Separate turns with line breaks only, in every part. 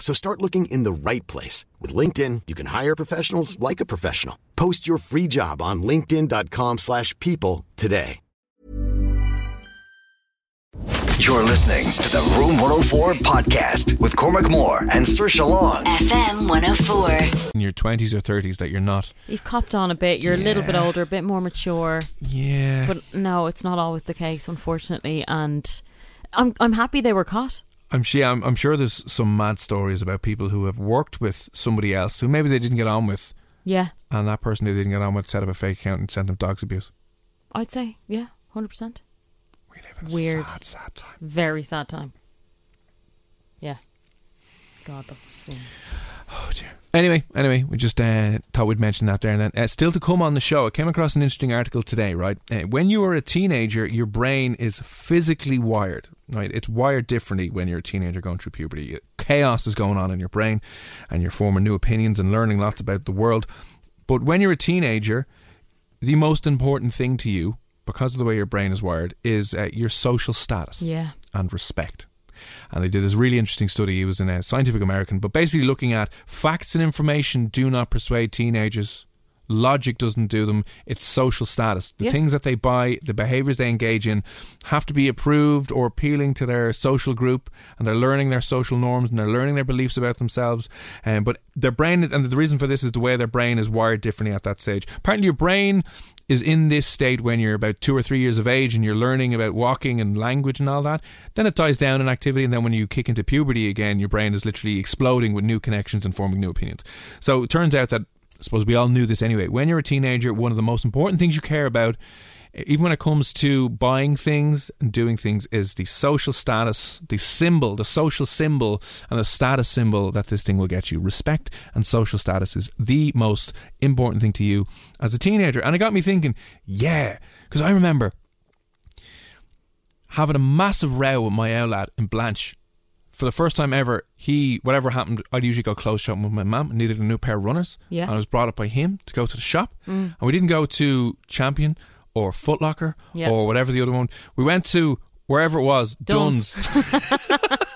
So start looking in the right place. With LinkedIn, you can hire professionals like a professional. Post your free job on linkedin.com/people slash people today.
You're listening to the Room 104 podcast with Cormac Moore and Sir Long.
FM 104.
in your 20s or 30s that you're not.
You've copped on a bit. You're a little bit
Yeah.
older, a bit more mature.
Yeah.
But no, it's not always the case, unfortunately. And I'm I'm happy they were caught.
I'm, sure. I'm, I'm sure there's some mad stories about people who have worked with somebody else who maybe they didn't get on with,
Yeah,
and that person they didn't get on with set up a fake account and sent them dogs abuse.
I'd say yeah, hundred percent.
We live in a
Weird.
sad, sad time.
Very sad time. Yeah. God, that's um,
Oh, dear. Anyway, anyway, we just uh, thought we'd mention that there and then. Uh, still to come on the show, I came across an interesting article today, right? Uh, when you are a teenager, your brain is physically wired, right? It's wired differently when you're a teenager going through puberty. Uh, Chaos is going on in your brain, and you're forming new opinions and learning lots about the world. But when you're a teenager, the most important thing to you, because of the way your brain is wired, is uh, your social status
yeah.
and respect. And they did this really interesting study. It was in a Scientific American, but basically looking at facts and information do not persuade teenagers. Logic doesn't do them. It's social status. The
Yeah.
things that they buy, the behaviors they engage in, have to be approved or appealing to their social group, and they're learning their social norms and they're learning their beliefs about themselves. Um, but their brain, and the reason for this is the way their brain is wired differently at that stage. Apparently, your brain is in this state when you're about two or three years of age and you're learning about walking and language and all that, then it dies down in activity. And then when you kick into puberty again, your brain is literally exploding with new connections and forming new opinions. So it turns out that, I suppose we all knew this anyway, when you're a teenager, one of the most important things you care about, even when it comes to buying things and doing things, is the social status, the symbol, the social symbol, and the status symbol that this thing will get you. Respect and social status is the most important thing to you as a teenager. And it got me thinking, yeah, because I remember having a massive row with my owl lad in Blanche. For the first time ever, he, whatever happened, I'd usually go clothes shopping with my mum and needed a new pair of runners.
Yeah. Mm.
And I was brought up by him to go to the shop. And we didn't go to Champion or Foot Locker
Yeah.
or whatever the other one. We went to wherever it was,
Dunnes.
Dunn's.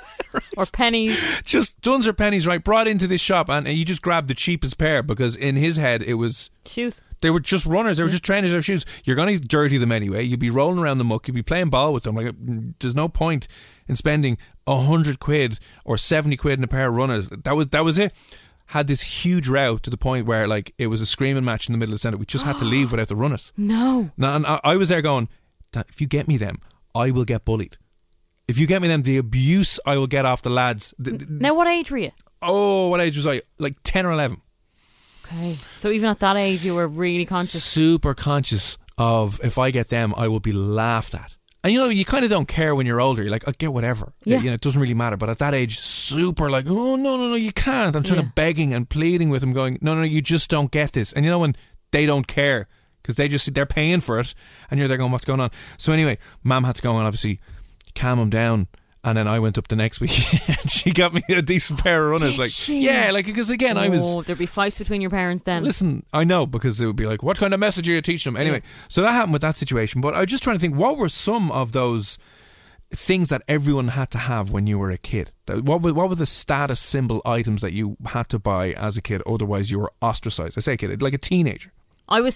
Or pennies.
just Dunn's or Pennies, right? Brought into this shop and he just grabbed the cheapest pair because in his head it was
Shoes.
they were just runners. They were just trainers. Their shoes. You're going to dirty them anyway. You'd be rolling around the muck. You'd be playing ball with them. Like mm, there's no point in spending a hundred quid or seventy quid in a pair of runners. That was that was it. Had this huge row to the point where like it was a screaming match in the middle of the centre. We just had to leave without the runners.
No.
No, and I, I was there going, "That- if you get me them, I will get bullied. If you get me them, the abuse I will get off the lads. The- the-
Now what age were you?
oh, what age was I? Like ten or eleven.
Okay. So even at that age you were really conscious.
super conscious of if I get them, I will be laughed at. And you know, you kind of don't care when you're older. You're like, I'll get whatever.
Yeah.
You know, it doesn't really matter. But at that age, super like, oh, no, no, no, you can't. I'm trying
Yeah.
to begging and pleading with them, going, no, no, no, you just don't get this. And you know, when they don't care because they just, they're paying for it. And you're there going, what's going on? So anyway, mom had to go and obviously calm him down. And then I went up the next week and she got me a decent pair of runners.
Did
like,
she?
yeah, like, because again, I was.
Oh, there'd be fights between your parents then.
Listen, I know because it would be like, what kind of message are you teaching them? Anyway, so that happened with that situation. But I was just trying to think, what were some of those things that everyone had to have when you were a kid? That- What were, what were the status symbol items that you had to buy as a kid? Otherwise, you were ostracized. I say kid, like a teenager.
I was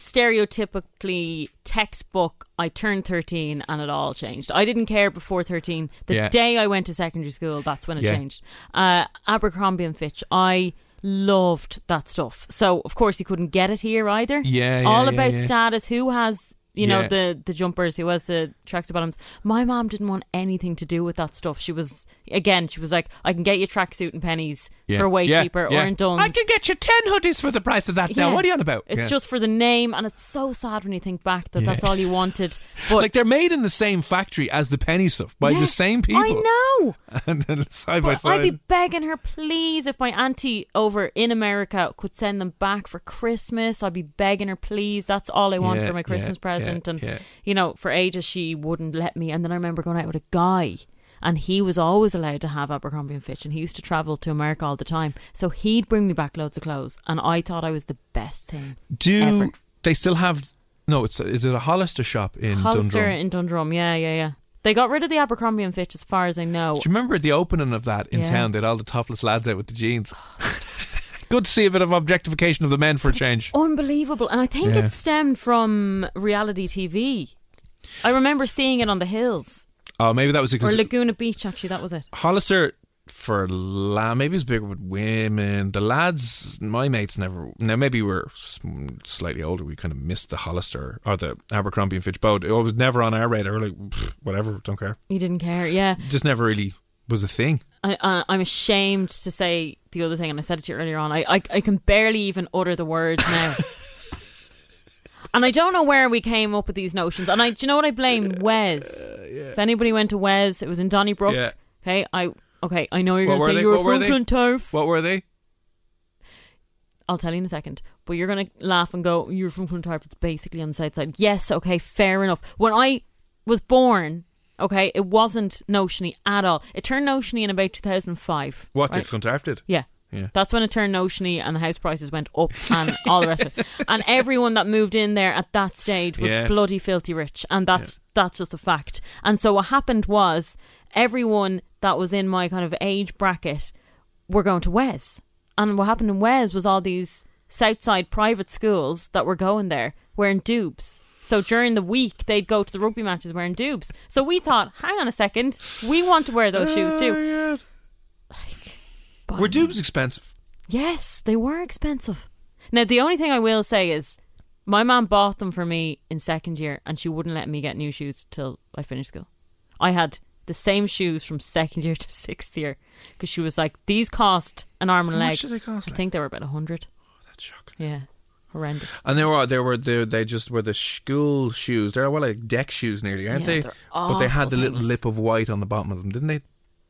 stereotypically textbook. I turned 13 and it all changed. I didn't care before 13. The
Yeah.
day I went to secondary school, that's when it
Yeah.
changed. Uh, Abercrombie and Fitch, I loved that stuff. So, of course, you couldn't get it here either.
Yeah, yeah,
All
yeah,
about
yeah.
status. Who has you know
Yeah.
the the jumpers who has the tracksuit bottoms. My mom didn't want anything to do with that stuff. She was again, she was like, I can get you tracksuit and pennies for way cheaper
yeah.
or in Dunn's.
I can get you 10 hoodies for the price of that
Yeah.
now. What are you on about?
It's
Yeah.
just for the name, and it's so sad when you think back that
Yeah.
that's all you wanted. But
like they're made in the same factory as the penny stuff by
Yeah,
the same people.
I know.
And then side by
But
side.
I'd be begging her, please, if my auntie over in America could send them back for Christmas. I'd be begging her, please. That's all I want
Yeah,
for my
yeah,
Christmas
yeah,
present. and
yeah.
you know, for ages she wouldn't let me. And then I remember going out with a guy. And he was always allowed to have Abercrombie and Fitch, and he used to travel to America all the time. So he'd bring me back loads of clothes, and I thought I was the best thing.
Do
ever.
they still have? No, it's is it a Hollister shop in
Hollister
Dundrum?
in Dundrum, yeah, yeah, yeah. They got rid of the Abercrombie and Fitch, as far as I know.
Do you remember the opening of that in
Yeah.
town? They had all the topless lads out with the jeans. Good to see a bit of objectification of the men for a change.
unbelievable and i think
Yeah.
it stemmed from reality tv i remember seeing it on the hills
Oh, maybe that was
or
because
laguna beach actually that was it
Hollister for la maybe it was bigger with women. The lads, my mates, never. Now maybe we were s- slightly older. We kind of missed the Hollister or the Abercrombie and Fitch boat. It was never on our radar. Like pfft, whatever, don't care.
you didn't care yeah
Just never really was a thing.
I, I, i'm ashamed to say the other thing and i said it to you earlier on i, I, I can barely even utter the words now and i don't know where we came up with these notions and i do you know what i blame wes if anybody went to wes it was in donnybrook
Yeah.
okay i okay i know you're
What
going
were
to say
they?
you were
What were
from
they?
clontarf
What were they?
I'll tell you in a second, but you're gonna laugh and go, "You're from Clontarf. It's basically on the south side." Yes, okay, fair enough. When I was born, okay, it wasn't notiony at all. It turned notiony in about 2005.
What
right?
did Clontarf did?
Yeah.
Yeah.
That's when it turned notiony and the house prices went up and all the rest of it. And everyone that moved in there at that stage was
Yeah.
bloody filthy rich. And that's that's just a fact. And so what happened was everyone that was in my kind of age bracket were going to Wes. And what happened in Wes was all these Southside private schools that were going there wearing dupes. So during the week, they'd go to the rugby matches wearing dupes. So we thought, hang on a second, we want to wear those shoes too.
Were dupes expensive?
Yes, they were expensive. Now, the only thing I will say is my mom bought them for me in second year and she wouldn't let me get new shoes till I finished school. I had the same shoes from second year to sixth year because she was like, these cost an arm and a
How
leg.
much did they cost,
I
like?
think they were about a 100.
Oh, That's shocking.
Yeah, horrendous.
And there were there were they, they just were the school shoes. They're well like deck shoes nearly, aren't
Yeah,
they?
they're
But they had the
awful
little
things.
lip of white on the bottom of them, didn't they?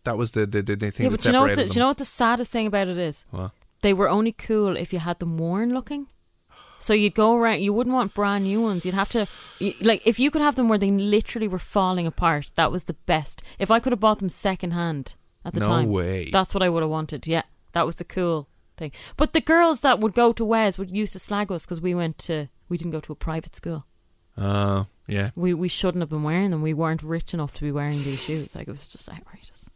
That was the the, the, the thing
yeah,
that
but you know, what
separated
the,
them.
you know what the saddest thing about it is?
What?
They were only cool if you had them worn looking. So you'd go around, you wouldn't want brand new ones. You'd have to, you, like, if you could have them where they literally were falling apart, that was the best. If I could have bought them secondhand at the
No
time,
way.
that's what I would have wanted. Yeah, that was the cool thing. But the girls that would go to Wes would used to slag us because we went to, we didn't go to a private school.
Uh, yeah.
We, we shouldn't have been wearing them. We weren't rich enough to be wearing these shoes. Like, it was just outrageous.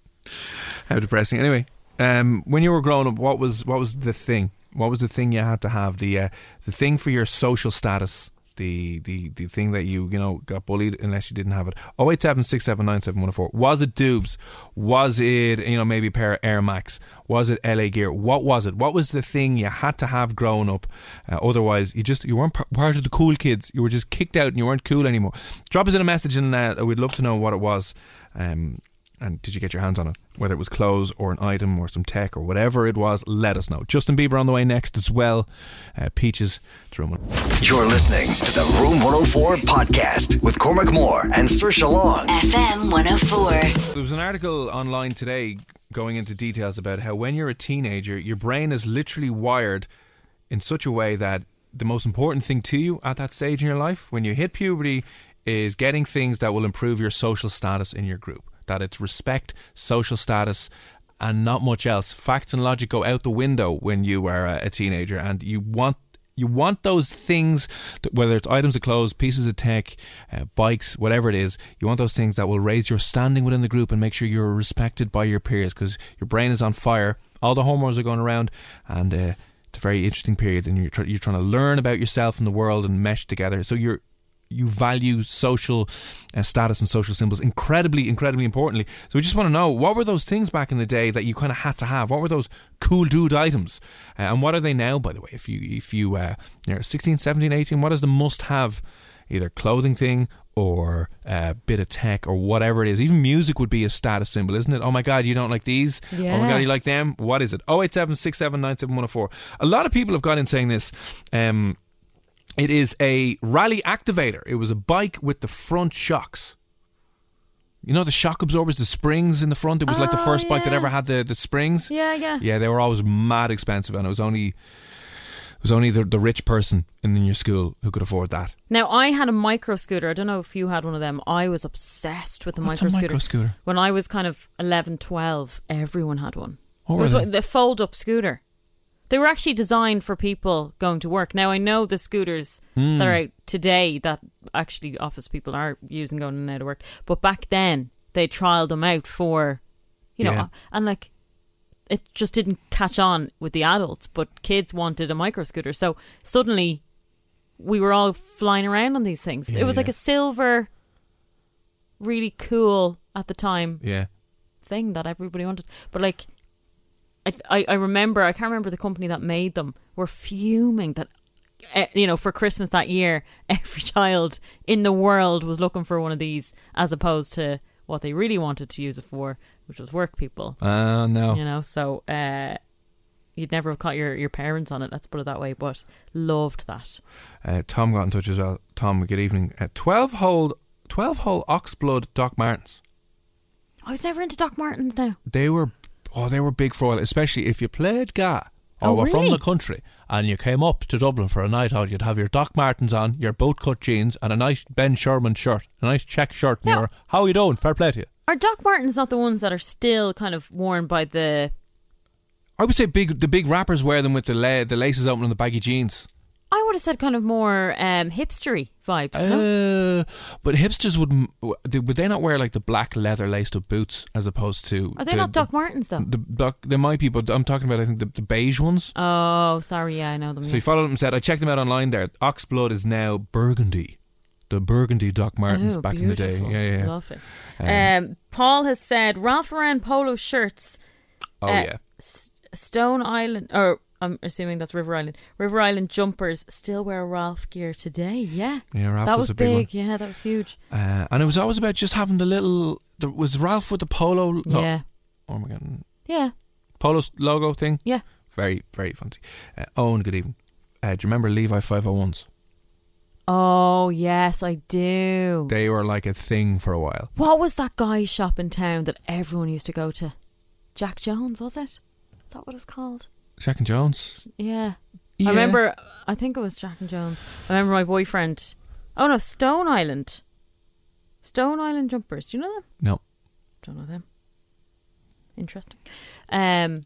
How depressing. Anyway, um, when you were growing up, what was what was the thing? What was the thing you had to have? The uh, the thing for your social status. The, the the thing that you you know got bullied unless you didn't have it. Oh eight seven six seven nine seven one oh four. Was it dubs? Was it you know maybe a pair of Air Max? Was it LA gear? What was it? What was the thing you had to have growing up? Uh, otherwise, you just you weren't par- part of the cool kids. You were just kicked out and you weren't cool anymore. Drop us in a message and uh, we'd love to know what it was. Um, and did you get your hands on it? Whether it was clothes or an item or some tech or whatever it was, let us know. Justin Bieber on the way next as well. Uh, Peaches, Drummond.
You're listening to the Room 104 podcast with Cormac Moore and Sir Long.
FM 104.
There was an article online today going into details about how when you're a teenager, your brain is literally wired in such a way that the most important thing to you at that stage in your life, when you hit puberty, is getting things that will improve your social status in your group. That it's respect, social status, and not much else. Facts and logic go out the window when you are a a teenager, and you want you want those things, that, whether it's items of clothes, pieces of tech, uh, bikes, whatever it is, you want those things that will raise your standing within the group and make sure you're respected by your peers because your brain is on fire. All the hormones are going around, and uh, it's a very interesting period. And you're try- you're trying to learn about yourself and the world and mesh together. So you're you value social uh, status and social symbols incredibly, incredibly importantly. So we just want to know what were those things back in the day that you kind of had to have? What were those cool dude items? Uh, and what are they now, by the way? If you if you uh, you're 16, 17, 18, what is the must have either clothing thing or a bit of tech or whatever it is. Even music would be a status symbol, isn't it? Oh my God, you don't like these? Oh my
Yeah.
God, you like them? What is it? 087 A lot of people have got in saying this. Um, it is a rally activator. It was a bike with the front shocks. You know the shock absorbers, the springs in the front. It was like the
Oh,
first bike that
yeah.
ever had the, the springs.
Yeah, yeah.
Yeah, they were always mad expensive, and it was only it was only the, the rich person in your school who could afford that.
Now I had a micro scooter. I don't know if you had one of them. I was obsessed with the
What's a
micro scooter.
microscooter?
When I was kind of 11, 12, everyone had one.
What
it
were
was
they?
like the fold up scooter. They were actually designed for people going to work. Now I know the scooters
Hmm.
that are out today that actually office people are using going in and out of work, but back then they trialed them out for, you know,
Yeah.
and like it just didn't catch on with the adults, but kids wanted a micro scooter. So suddenly we were all flying around on these things.
Yeah,
it was like
yeah.
a silver, really cool at the time
Yeah,
thing that everybody wanted. But like, I, I, I remember, I can't remember the company that made them, were fuming that, eh, you know, for Christmas that year, every child in the world was looking for one of these as opposed to what they really wanted to use it for, which was work people
uh, no,
you know so uh you'd never have caught your your parents on it let's put it that way but loved that
Uh, Tom got in touch as well. Tom, good evening. Uh, twelve hole, twelve hole oxblood Doc Martens.
i was never into doc martens now
They were, oh, they were big for a while, especially if you played Ga or
Oh,
were from
really?
the country and you came up to Dublin for a night out. You'd have your Doc Martens on, your boat cut jeans, and a nice Ben Sherman shirt, a nice check shirt. And you
No.
were, how you doing? Fair play to you.
are doc martens not the ones that are still kind of worn by the
I would say big. The big rappers wear them with the la- the laces open and the baggy jeans.
i would have said kind of more um hipstery vibes no?
Uh, but hipsters would not would they not wear like the black leather laced up boots as opposed to
are they
the-
not
the-
doc martens though
The doc, there might be, but I'm talking about I think the, the beige ones.
oh sorry yeah i know them
So
yeah.
he followed up and said, "I checked them out online. There, Oxblood is now burgundy, the burgundy Doc Martens
Oh,
back in the
beautiful.
day. Yeah, yeah, yeah.
lovely um, paul has said ralph lauren polo shirts
oh
uh,
yeah.
S- Stone Island, or I'm assuming that's River Island. River Island jumpers still wear Ralph gear today. Yeah,
Yeah, Ralph
that
was
was,
a big one.
Yeah, that was huge.
Uh, and it was always about just having the little. The, was Ralph with the polo? No,
Yeah,
Oh my god,
yeah,
polo s- logo thing.
yeah.
Very, very fancy. Uh, Owen, good evening. Uh, do you remember Levi 501s?
Oh yes, I do.
They were like a thing for a while.
what was that guy's shop in town that everyone used to go to? Jack Jones was it? Is that what it's called?
Jack and Jones.
Yeah.
Yeah.
I remember. I think it was Jack and Jones. I remember my boyfriend. Oh no, Stone Island. Stone Island jumpers. Do you know them?
No.
Don't know them. Interesting. Um,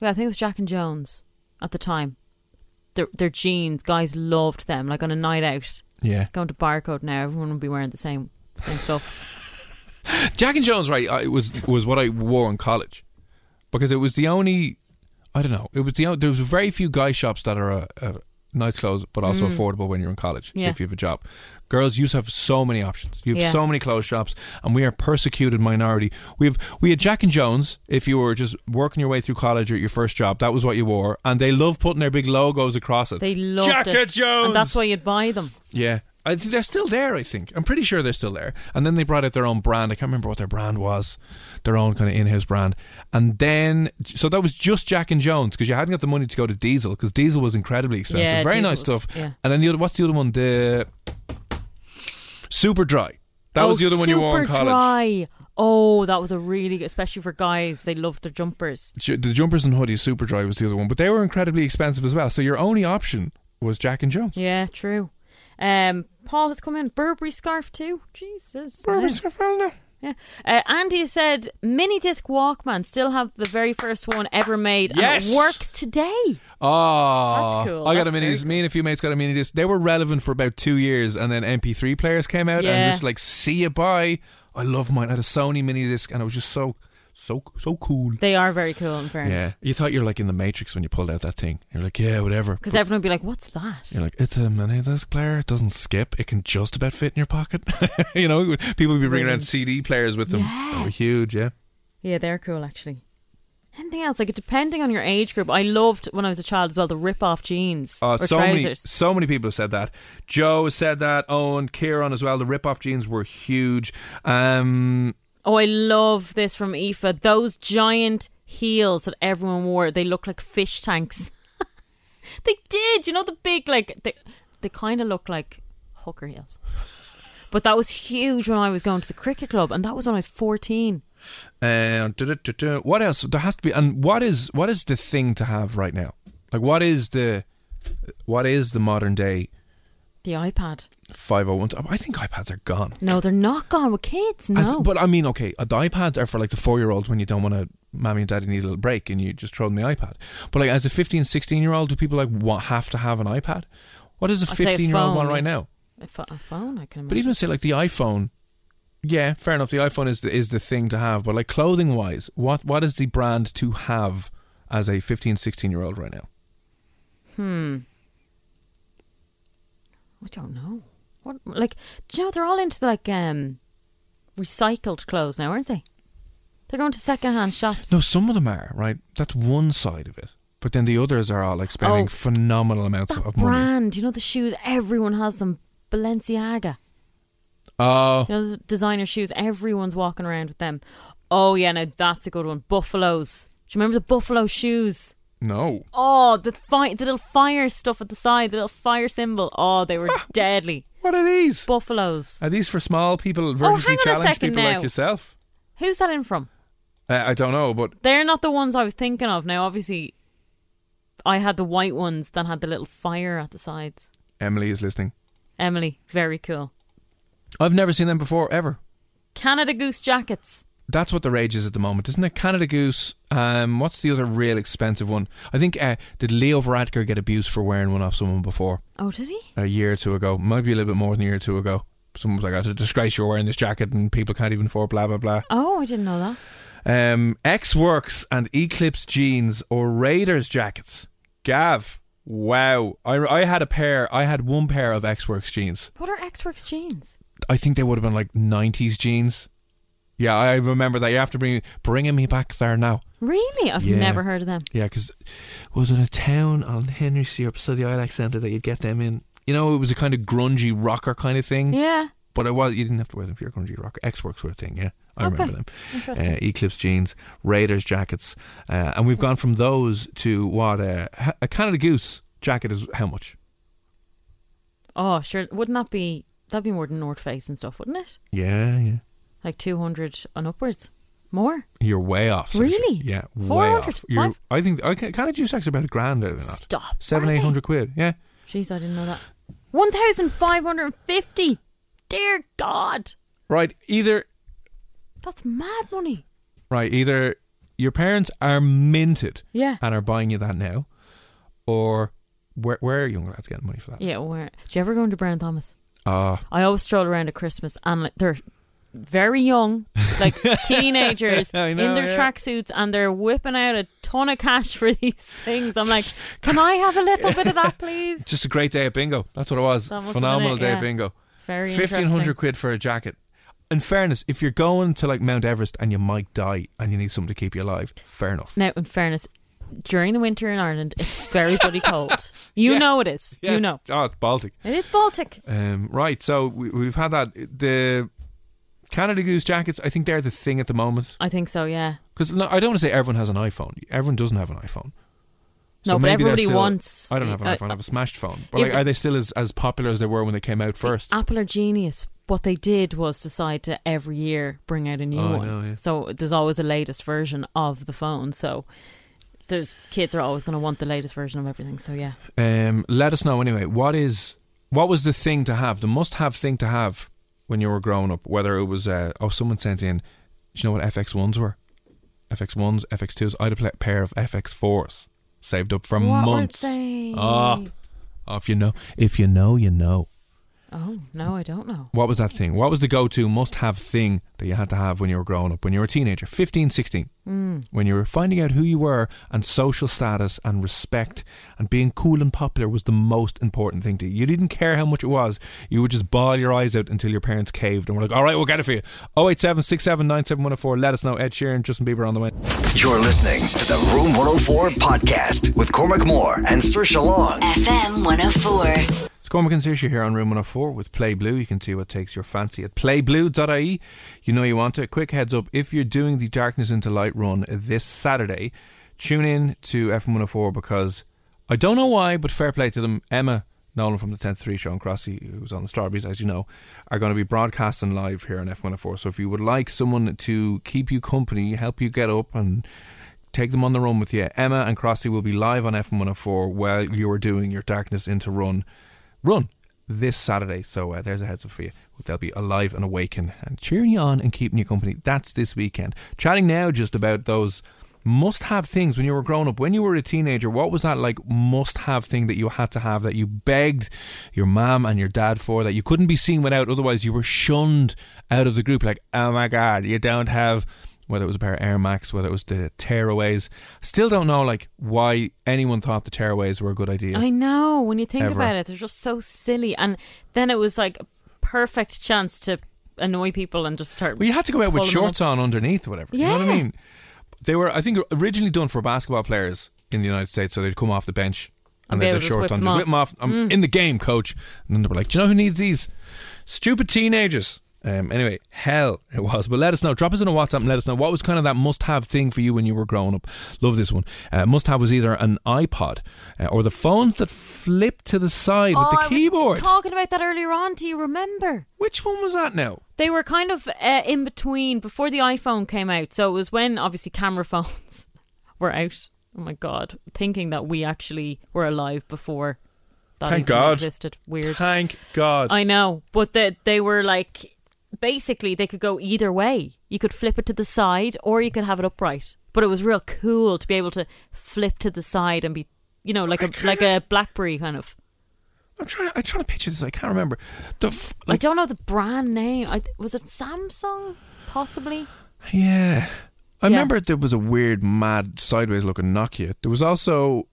yeah, I think it was Jack and Jones at the time. Their their jeans, guys loved them. Like on a night out,
Yeah.
going to barcode now, everyone would be wearing the same same stuff.
Jack and Jones, right? I, it was was what I wore in college because it was the only. I don't know. It was the only, there was very few guy shops that are uh, uh, nice clothes, but also affordable when you're in college
Mm. Yeah.
if you have a job. Girls, you have so many options. You have
Yeah.
so many clothes shops, and we are a persecuted minority. We have we had Jack and Jones. If you were just working your way through college or your first job, that was what you wore, and they love putting their big logos across it.
They loved
Jack
it.
and Jones.
and that's why you'd buy them.
Yeah. I think they're still there, I think. I'm pretty sure they're still there. And then they brought out their own brand. I can't remember what their brand was. Their own kind of in-house brand. And then so that was just Jack and Jones because you hadn't got the money to go to Diesel because Diesel was incredibly expensive.
Yeah,
Very
Diesel
nice
was-
stuff.
yeah.
And then the other what's the other one? The Super Dry. That was
Oh,
the other one you wore in
super
college.
dry. Oh, that was a really good, especially for guys. They loved their jumpers.
Ju- The jumpers and hoodies Super Dry was the other one, but they were incredibly expensive as well. So your only option was Jack and Jones.
Yeah, true. Um, Paul has come in Burberry scarf too. Jesus,
Burberry
man.
scarf, well, no.
Yeah. Uh, Andy has said mini disc Walkman still have the very first one ever made and
Yes!
it works today.
Oh,
That's cool.
I got a
That's
mini
very
disc.
cool.
Me and a few mates got a mini disc. They were relevant for about two years, and then MP3 players came out,
Yeah.
and just like, see you, bye. I love mine. I had a Sony mini disc, and it was just so, so, so cool.
They are very cool in
Yeah,
fairness.
you thought you were like in the Matrix when you pulled out that thing. You're like, yeah, whatever.
Because
But
everyone would be like, "What's that?"
you're like, it's a mini disc player. It doesn't skip. It can just about fit in your pocket. you know, people would be bringing around CD players with them.
Yeah.
They were huge. Yeah.
Yeah, they're cool actually. Anything else? Like depending on your age group. I loved when I was a child as well the rip off jeans
Uh,
or
so many,
trousers.
so many people have said that. Joe has said that. Owen, Kieran as well. The rip-off jeans were huge. Um,
Oh, I love this from Aoife. Those giant heels that everyone wore, they look like fish tanks. they did. You know the big like they they kind of look like hooker heels. But that was huge when I was going to the cricket club and that was when I was 14.
uh, du-du-du-du. what else? There has to be. And what is what is the thing to have right now? Like, what is the what is the modern day
The iPad.
501? I think iPads are gone.
No, they're not gone with kids. No.
As- but I mean, okay, uh, the iPads are for like the four year olds when you don't want to, mommy and daddy need a little break and you just throw them the iPad. But like as a 15, 16 year old, do people like wa- have to have an iPad? What is a
I'd say a
15 year old one
phone.
right now?
a, pho- a phone, I can imagine.
But even say like the iPhone, yeah, fair enough. The iPhone is the, is the thing to have. But like clothing wise, what what is the brand to have as a 15, 16 year old right now?
Hmm. I don't know. What like do you know they're all into the, like um recycled clothes now, aren't they? They're going to secondhand shops.
No, some of them are right. That's one side of it. But then the others are all like spending
Oh,
phenomenal amounts
that
of money.
brand, you know the shoes everyone has them. Balenciaga,
Oh,
you know those designer shoes. Everyone's walking around with them. Oh yeah, now that's a good one. Buffaloes. Do you remember the buffalo shoes?
no.
Oh, the fi- the little fire stuff at the side, the little fire symbol. Oh, they were deadly.
What are these?
Buffaloes.
Are these for small people,
Oh, hang
vertically
on a
challenged
second
people
now.
like yourself?
Who's that in from?
Uh, I don't know, but
They're not the ones I was thinking of. Now, obviously, I had the white ones that had the little fire at the sides.
Emily is listening.
Emily, very cool.
I've never seen them before, ever.
Canada Goose jackets.
That's what the rage is at the moment, isn't it? Canada Goose. Um, what's the other real expensive one? I think uh, did Leo Varadkar get abused for wearing one off someone before
Oh, did he?
a year or two ago? Might be a little bit more than a year or two ago. Someone was like, "It's a disgrace you're wearing this jacket, and people can't even afford." Blah blah blah.
Oh, I didn't know that.
Um, X Works and Eclipse jeans or Raiders jackets. Gav, wow. I, I had a pair, I had one pair of X Works jeans.
What are X Works jeans?
I think they would have been like 90s jeans. Yeah, I remember that. You have to bring bringing me back there now.
Really? I've
Yeah.
never heard of them.
Yeah, because was it a town on Henry Street beside the Ilex Centre that you'd get them in? You know, it was a kind of grungy rocker kind of thing.
Yeah.
But it was you didn't have to wear them for your grungy rock X Works were a thing, yeah. I
Okay.
remember them. Uh, Eclipse jeans, Raiders jackets, uh, and we've gone from those to what uh, h- a Canada Goose jacket is how much?
Oh, sure. Wouldn't that be that'd be more than North Face and stuff, wouldn't it?
Yeah, yeah.
Like two hundred and upwards. More.
You're way off. Saoirse.
Really?
Yeah, way
400?
off. You're,
Five-
I think okay, Canada Goose jackets are about a grand out of that.
Stop.
Ah, Seven,
Are
eight
they?
hundred quid. Yeah.
Jeez, I didn't know that. One thousand five hundred and fifty. Dear God,
Right. Either
that's mad money.
right. Either your parents are minted
Yeah.
and are buying you that now, or where where are young lads getting money for that?
Yeah, where do you ever go into Brown Thomas?
Ah,
I always stroll around at Christmas and like, they're very young, like teenagers
I know,
in their
yeah.
tracksuits, and they're whipping out a ton of cash for these things. I'm like, can I have a little bit of that, please?
just a great day at bingo. That's what it was.
That must have been
Phenomenal
it,
day
yeah.
at bingo.
Very
Fifteen hundred quid for a jacket. In fairness, if you're going to like Mount Everest and you might die and you need something to keep you alive, fair enough.
Now, in fairness, during the winter in Ireland, it's very bloody cold. You
Yeah.
know it is.
Yeah,
you
it's-
know
oh, it's Baltic.
it is Baltic.
Um, right, so we, we've had that. The Canada Goose jackets, I think they're the thing at the moment.
I think so. Yeah.
Because I don't want to say everyone has an iPhone. Everyone doesn't have an iPhone.
No, but
maybe they're
everybody
still-
wants-
I don't have an
uh,
iPhone. I have a smashed phone. But
yeah,
like,
but-
are they still as, as popular as they were when they came out
See,
first?
Apple are genius. What they did was decide to every year bring out a new
Oh, I
one.
know, yeah.
So there's always a latest version of the phone. So there's kids are always going to want the latest version of everything. So yeah,
Um, let us know anyway. What is what was the thing to have? The must-have thing to have when you were growing up. Whether it was uh, oh, someone sent in. Do you know what FX ones were? FX ones, FX twos. I had a pla- pair of FX fours saved up for
What were
months.
they?
Ah, oh, if you know, if you know, you know.
Oh no, I don't know.
What was that thing? What was the go to must have thing that you had to have when you were growing up, when you were a teenager, 15, 16? When you were finding out who you were and social status and respect and being cool and popular was the most important thing to you. You didn't care how much it was. You would just bawl your eyes out until your parents caved and were like, all right, we'll get it for you. 087 679 oh Let us know. Ed Sheeran, Justin Bieber on the way.
You're listening to the Room 104 podcast with Cormac Moore and Sir Long.
FM 104.
It's Cormac and Saoirse here on Room 104 with Play Blue. You can see what takes your fancy at playblue.ie. E. You know you want it. Quick heads up if you're doing the Darkness into Light run this Saturday, tune in to FM104 because I don't know why, but fair play to them. Emma Nolan from the 10 to 3 show and Crossy, who's on the Starbees, as you know, are going to be broadcasting live here on F104. So if you would like someone to keep you company, help you get up and take them on the run with you, Emma and Crossy will be live on F104 while you're doing your Darkness into Run run this Saturday. So uh, there's a heads up for you. They'll be alive and awakened and cheering you on and keeping you company. That's this weekend. Chatting now just about those must have things when you were growing up. When you were a teenager, what was that like must have thing that you had to have that you begged your mom and your dad for that you couldn't be seen without? Otherwise, you were shunned out of the group. Like, oh my God, you don't have. Whether it was a pair of Air Max, whether it was the tearaways, still don't know like why anyone thought the tearaways were a good idea.
I know. When you think
Ever.
about it, they're just so silly. And then it was like a perfect chance to annoy people and just start.
Well, you had to go out with
pulling them
shorts
up.
on underneath, whatever. You know what I
Yeah.
mean? They were, I think, originally done for basketball players in the United States, so they'd come off the bench and
And
they'd
be
have their
able to just
shorts
whip
on.
them
Just
off. Mm.
whip them off. I'm in the game, coach. And then they were like, do you know who needs these? Stupid teenagers. Um, anyway, hell it was. But let us know. Drop us in a WhatsApp and let us know what was kind of that must have thing for you when you were growing up. Love this one. Uh, must have was either an iPod uh, or the phones that flip to the side
Oh,
with
I
the
was
keyboard.
talking about that earlier on. Do you remember?
Which one was that now?
They were kind of uh, in between before the iPhone came out. So it was when obviously camera phones were out. Oh my god! Thinking that we actually were alive before that
Thank
even
God.
existed. Weird.
Thank God.
I know, but they they were like basically they could go either way. You could flip it to the side or you could have it upright. But it was real cool to be able to flip to the side and be you know like a like a BlackBerry kind of.
I'm trying. I'm trying to picture this. I can't remember. The f- like,
I don't know the brand name. I, was it Samsung possibly?
yeah. I
Yeah.
remember there was a weird, mad, sideways-looking Nokia. There was also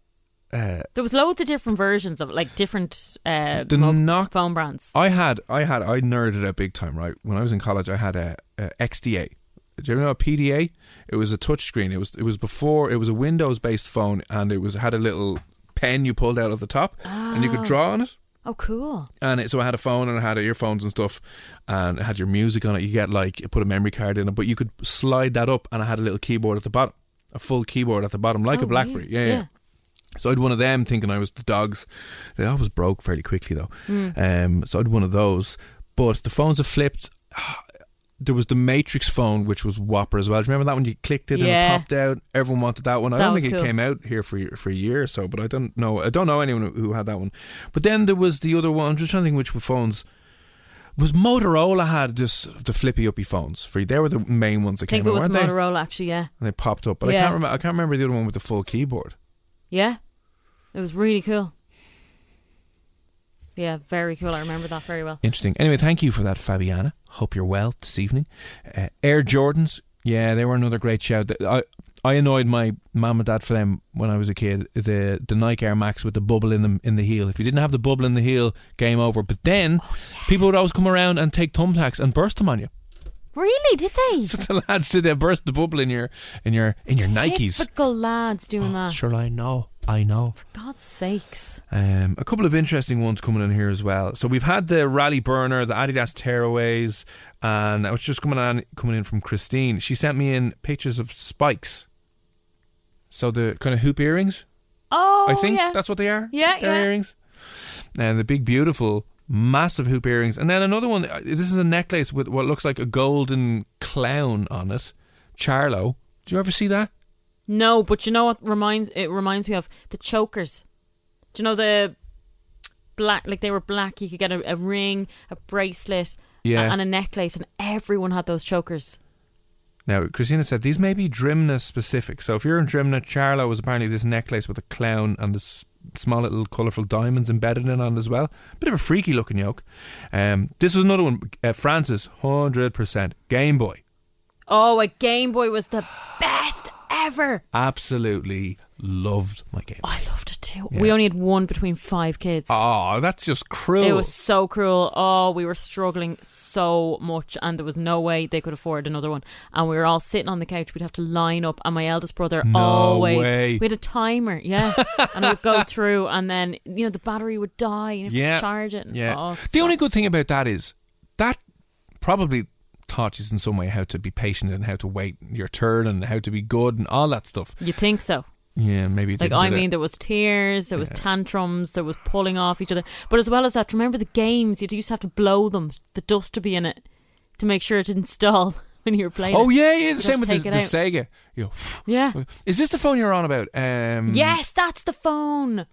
uh,
There was loads of different versions of it, like different uh,
The
mo-
knock-
phone brands.
I had, I had, I nerded out big time. Right when I was in college, I had a, a XDA. Do you know a PDA? It was a touchscreen. It was, it was before. It was a Windows-based phone, and it was had a little pen you pulled out of the top, and you could draw on it.
Oh, cool!
And it, so I had a phone and I had earphones and stuff, and it had your music on it. You get like you put a memory card in it, but you could slide that up, and I had a little keyboard at the bottom, a full keyboard at the bottom, like
Oh,
a BlackBerry.
weird.
Yeah, yeah. So I'd one of them, thinking I was the dogs. They always broke fairly quickly though.
Hmm.
Um, so I'd one of those, but the phones have flipped. There was the Matrix phone, which was Whopper as well. Do you remember that one? You clicked it
Yeah.
and it popped out. Everyone wanted that one. I
That
don't
was
think it
cool.
came out here for for a year or so, but I don't know. I don't know anyone who had that one. But then there was the other one. I'm just trying to think which were phones. Was Motorola had this the flippy uppy phones? For they were the main ones that
I think
came
it
out,
was
weren't they?
Motorola actually. Yeah,
And they popped up, but I
Yeah.
can't remember. I can't remember the other one with the full keyboard.
yeah, it was really cool. Yeah, very cool. I remember that very well.
Interesting. Anyway, thank you for that, Fabiana. Hope you're well this evening. Uh, Air Jordans, yeah, they were another great shout. Th- I I annoyed my mum and dad for them when I was a kid. The the Nike Air Max with the bubble in them in the heel. If you didn't have the bubble in the heel, game over. But then people would always come around and take thumbtacks and burst them on you.
Really? Did they?
So the lads did they burst the bubble in your in your in your Nikes.
Typical lads doing that.
Oh, Sure, I know. I know.
God's sakes.
Um, a couple of interesting ones coming in here as well. So we've had the rally burner, the Adidas tearaways, and I was just coming on coming in from Christine. She sent me in pictures of spikes. So the kind of hoop earrings,
Oh,
I think
yeah.
that's what they are.
Yeah,
They're
yeah.
earrings, and the big beautiful massive hoop earrings, and then another one. uh, This is a necklace with what looks like a golden clown on it, Charlo. Do you ever see that?
no, but you know what reminds it reminds me of the chokers. Do you know the black? Like they were black. You could get a, a ring, a bracelet, a-
Yeah.
and a necklace, and everyone had those chokers.
Now, Christina said these may be Drimna specific. So if you're in Drimna, Charlo was apparently this necklace with a clown and this small little colourful diamonds embedded in it as well. Bit of a freaky looking yoke. Um, this was another one. Uh, Francis, 100%. Game Boy.
Oh, a Game Boy was the best ever.
Absolutely loved my Game Boy.
I loved it too.
Yeah.
We only had one between five kids.
Oh, that's just cruel.
It was so cruel. Oh, we were struggling so much, and there was no way they could afford another one. And we were all sitting on the couch. We'd have to line up, and my eldest brother
No
always
way.
we had a timer, yeah, and we'd go through, and then you know the battery would die, and you have to charge it. And,
Yeah.
oh,
the
so-
only good thing about that is that probably taught you in some way how to be patient and how to wait your turn and how to be good and all that stuff.
you think so.
Yeah, maybe. it
Like
didn't do
I
that.
mean, there was tears, there was
Yeah.
tantrums, there was pulling off each other. But as well as that, remember the games? You used to have to blow them, the dust to be in it, to make sure it didn't stall when you were playing.
Oh
it.
yeah, yeah. The
Just
same with the,
take
the
it out.
Sega. You know,
yeah.
Is this the phone you're on about? Um,
Yes, that's the phone.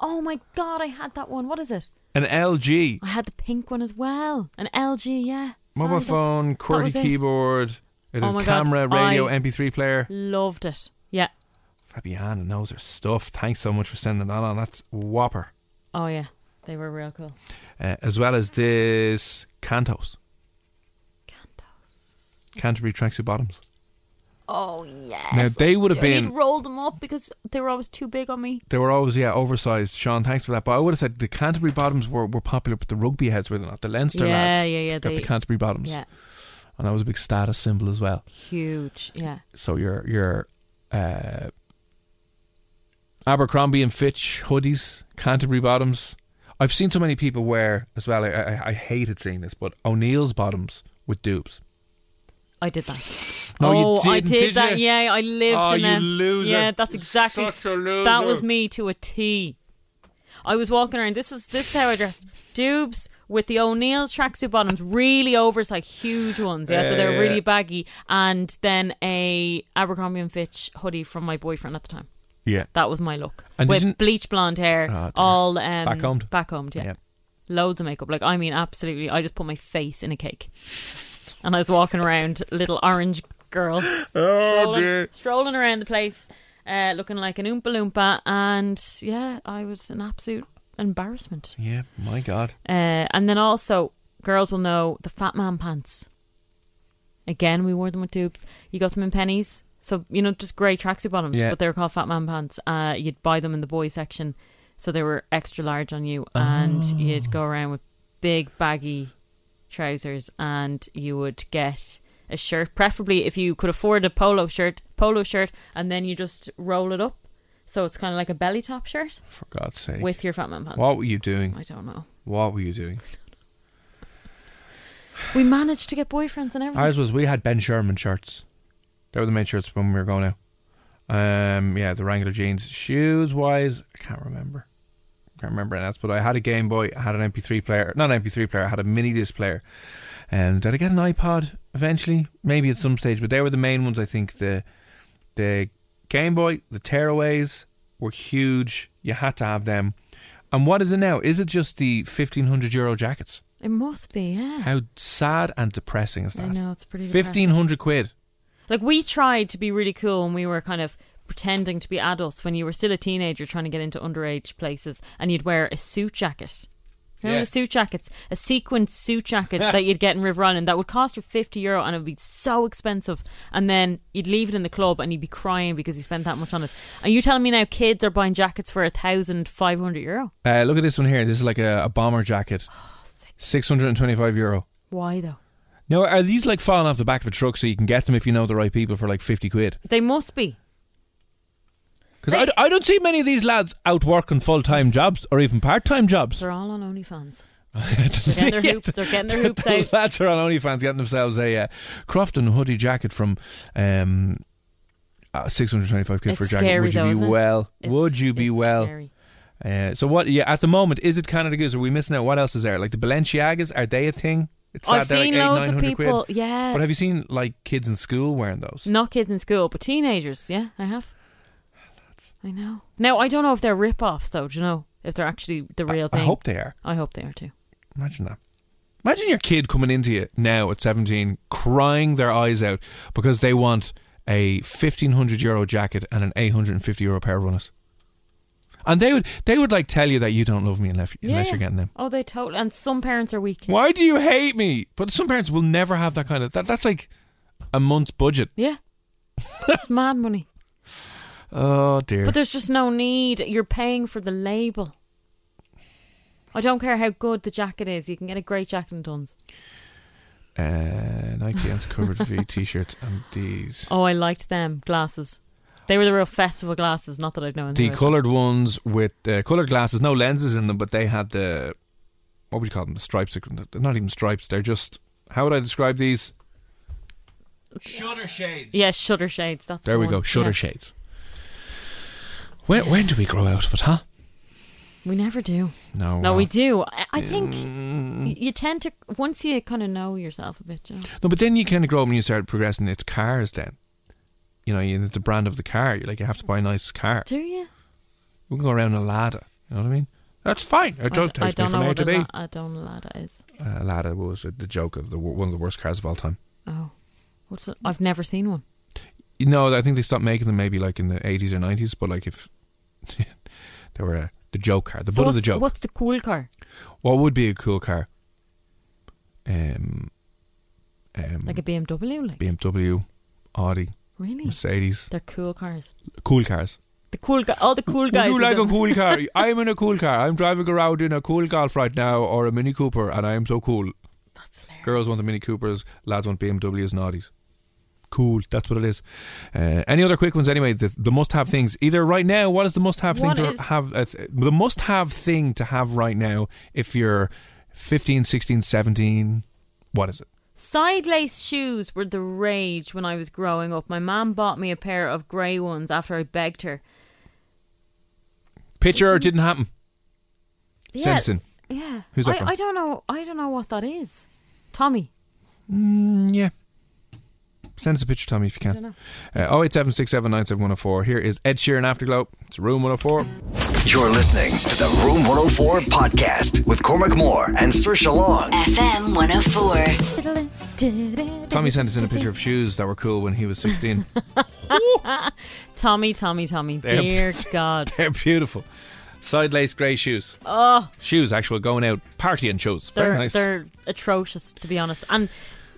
Oh my god, I had that one. What is it?
An LG
I had the pink one as well. An LG, yeah.
mobile
Sorry, that's-
phone,
was
QWERTY
it.
keyboard, it
Oh
had
my God,
camera, radio,
I-
MP3 player.
Loved it. Yeah.
Fabiana knows her stuff. Thanks so much for sending that on. That's whopper.
Oh yeah. They were real cool.
Uh, as well as this Cantos,
Cantos.
Canterbury tracksuit bottoms.
Oh yeah.
Now, they would have been-
You'd roll them up because they were always too big on me.
They were always yeah oversized. Sean, thanks for that. But I would have said the Canterbury bottoms were, were popular, but the rugby heads were not. The Leinster
Yeah,
lads
yeah, yeah,
got
they-
the Canterbury bottoms,
Yeah.
and that was a big status symbol as well.
Huge. Yeah.
So your your uh, Abercrombie and Fitch hoodies, Canterbury bottoms. I've seen so many people wear as well. I, I, I hated seeing this, but O'Neill's bottoms with dupes.
I did that.
No, you
oh,
didn't,
I did,
did
that.
you?
Yeah, I lived
Oh,
in
you
them.
loser.
Yeah, that's exactly.
Such a loser.
That was me to a T. I was walking around. This is this is how I dressed. Dubes with the O'Neill's tracksuit bottoms, really oversized, huge ones. Yeah, so
Yeah,
they're
yeah, yeah.
really baggy. And then a Abercrombie and Fitch hoodie from my boyfriend at the time.
Yeah.
That was my look.
And
with
didn't-
bleach blonde hair,
Ah, dear.
all um,
Backcombed?
backcombed, yeah.
Yeah.
Loads of makeup. Like I mean, absolutely. I just put my face in a cake, and I was walking around, little orange girl, strolling, strolling around the place, uh, looking like an oompa loompa. And yeah, I was an absolute embarrassment.
Yeah. My God.
Uh, and then also, girls will know the fat man pants. Again, we wore them with tubes. You got them in pennies. So, you know, just grey tracksuit bottoms,
Yeah.
but they were called fat man pants. Uh, you'd buy them in the boy section. So they were extra large on you. And you'd go around with big, baggy trousers. And you would get a shirt, preferably if you could afford a polo shirt, polo shirt, and then you just roll it up. So it's kind of like a belly top shirt
For God's sake.
with your fat man pants.
what were you doing?
I don't know.
What were you doing?
We managed to get boyfriends and everything.
Ours was we had Ben Sherman shirts. They were the main shirts when we were going out. Um, yeah, the Wrangler jeans. Shoes wise, I can't remember. Can't remember anything else. But I had a Game Boy. I had an MP3 player. Not an MP3 player. I had a mini disc player. And did I get an iPod eventually? Maybe at some stage. But they were the main ones. I think the the Game Boy, the tearaways were huge. You had to have them. And what is it now? Is it just the fifteen hundred euro jackets?
It must be, yeah.
How sad and depressing is that?
Mm. I know, it's pretty
Fifteen hundred quid.
like we tried to be really cool and we were kind of pretending to be adults when you were still a teenager trying to get into underage places and you'd wear a suit jacket. Remember
Yeah.
the suit jackets? A sequined suit jacket that you'd get in River Island that would cost you 50 euro and it would be so expensive. And then you'd leave it in the club and you'd be crying because you spent that much on it. And you telling me now kids are buying jackets for 1,500 euro?
Uh, look at this one here. This is like a, a bomber jacket.
Oh,
Six hundred and twenty-five euro.
Why though?
Now, are these like falling off the back of a truck so you can get them if you know the right people for like fifty quid?
They must be.
Because I, d- I don't see many of these lads out working full-time jobs or even part-time jobs.
They're all on OnlyFans.
They're
getting their hoops- they're getting their hoops
Those
out.
lads are on OnlyFans getting themselves a uh, Crofton hoodie jacket from um, uh, six hundred twenty-five quid
It's
for a jacket.
scary
Would you
though,
be
isn't it?
well?
It's-
Would you be
it's
well?
scary.
Uh, so what? Yeah, at the moment, is it Canada Goose? Are we missing out? What else is there? Like the Balenciagas, are they a thing? It's sad
I've
they're
seen
like eight,
loads of
900
people.
Quid.
Yeah,
But have you seen like kids in school wearing those?
not kids in school, but teenagers. Yeah, I have. I know. Now I don't know if they're rip-offs though. Do you know if they're actually the real
I
thing?
hope they are.
I hope they are too.
Imagine that. Imagine your kid coming into you now at seventeen, crying their eyes out because they want a fifteen hundred euro jacket and an eight hundred and fifty euro pair of runners. and they would they would like tell you that you don't love me unless,
Yeah,
unless
yeah.
you're getting them.
Oh, they totally. And some parents are weak.
Why do you hate me? But some parents will never have that kind of that. That's like a month's budget.
Yeah. it's mad money.
Oh dear.
But there's just no need. You're paying for the label. I don't care how good the jacket is. You can get a great jacket in Duns.
uh, Nike ants covered V t-shirts and these.
Oh, I liked them glasses. They were the real festival glasses. Not that I'd know. anything
The
about
coloured ones with uh, coloured glasses, no lenses in them, but they had the what would you call them? The stripes. They're not even stripes. They're just how would I describe these? Shutter shades.
them. Yeah, shutter shades. That's
There
the
we
one.
go. Shutter
Yeah.
shades. When when do we grow out of it, huh?
We never do.
No.
No,
uh,
we do. I, I think
Mm.
y you tend to once you kind of know yourself a bit. You know?
No, but then you kind of grow up and you start progressing. It's cars then. You know, you, the brand of the car. You're like, you have to buy a nice car.
Do you?
We can go around a ladder. You know what I mean? That's fine. It does take
I, I
me
don't
from
know
A
what
to
a
B.
la- I don't know what that is.
Uh, ladder was the joke of the wo- one of the worst cars of all time.
Oh, what's it? I've never seen one.
You know, I think they stopped making them maybe like in the 80s or 90s, but like if they were uh, the joke car, the
So
butt of
what's-
the joke.
What's the cool car?
What would be a cool car? Um, um,
Like a BMW? Like
BMW, Audi,
really?
Mercedes,
They're cool cars.
cool cars.
The cool guy. All the cool
Would
guys.
you
are
like
the-
a cool car? I'm in a cool car. I'm driving around in a cool golf right now or a Mini Cooper, and I am so cool.
That's hilarious.
Girls want the Mini Coopers, lads want BMWs and Audis. Cool, that's what it is. Uh, any other quick ones anyway? The, the must-have things. Either right now, what is the must-have
What
thing
is-
to have? Uh, th- the must-have thing to have right now, if you're 15, 16, 17, what is it?
Side lace shoes were the rage when I was growing up. My mom bought me a pair of grey ones after I begged her.
Picture or didn't happen.
Yeah,
Simpson.
Yeah.
Who's that
I,
from?
I don't know. I don't know what that is. Tommy.
Mm, yeah. Send us a picture, Tommy, if you
I
can.
don't know.
Uh, 0876797104. Here is Ed Sheeran Afterglow. It's Room 104.
You're listening to the Room 104 podcast with Cormac Moore and Sir Long.
FM 104.
Tommy sent us in a picture of shoes that were cool when he was 16.
Tommy, Tommy, Tommy.
They're-
Dear God.
They're beautiful. Side lace grey shoes. Oh. Shoes, actual going out partying shoes. Very
They're
nice.
they're atrocious to be honest. And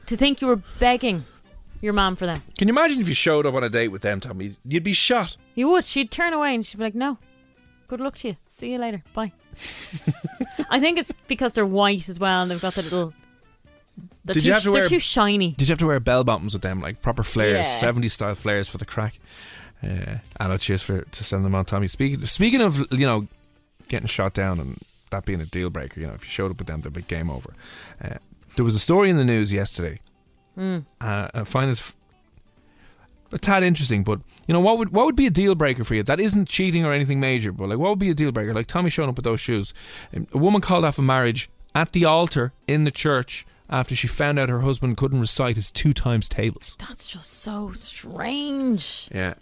to think you were begging your mom for them.
Can you imagine if you showed up on a date with them, Tommy? You'd be shot.
You would. She'd turn away and she'd be like, "No, good luck to you. See you later. Bye." I think it's because they're white as well, and they've got the little. They're,
Did
too,
you have to
they're
wear-
too shiny.
Did you have to wear bell bottoms with them, like proper flares,
Yeah.
70s style flares for the crack? Uh, I know, cheers for to send them on, Tommy. Speaking speaking of, you know, getting shot down and that being a deal breaker, you know, if you showed up with them, they'd be game over. Uh, there was a story in the news yesterday. Uh, I find this f- a tad interesting, but you know what would what would be a deal breaker for you? That isn't cheating or anything major, but like what would be a deal breaker? Like Tommy showing up with those shoes. Um, A woman called off a marriage at the altar in the church after she found out her husband couldn't recite his two times tables.
That's just so strange.
Yeah,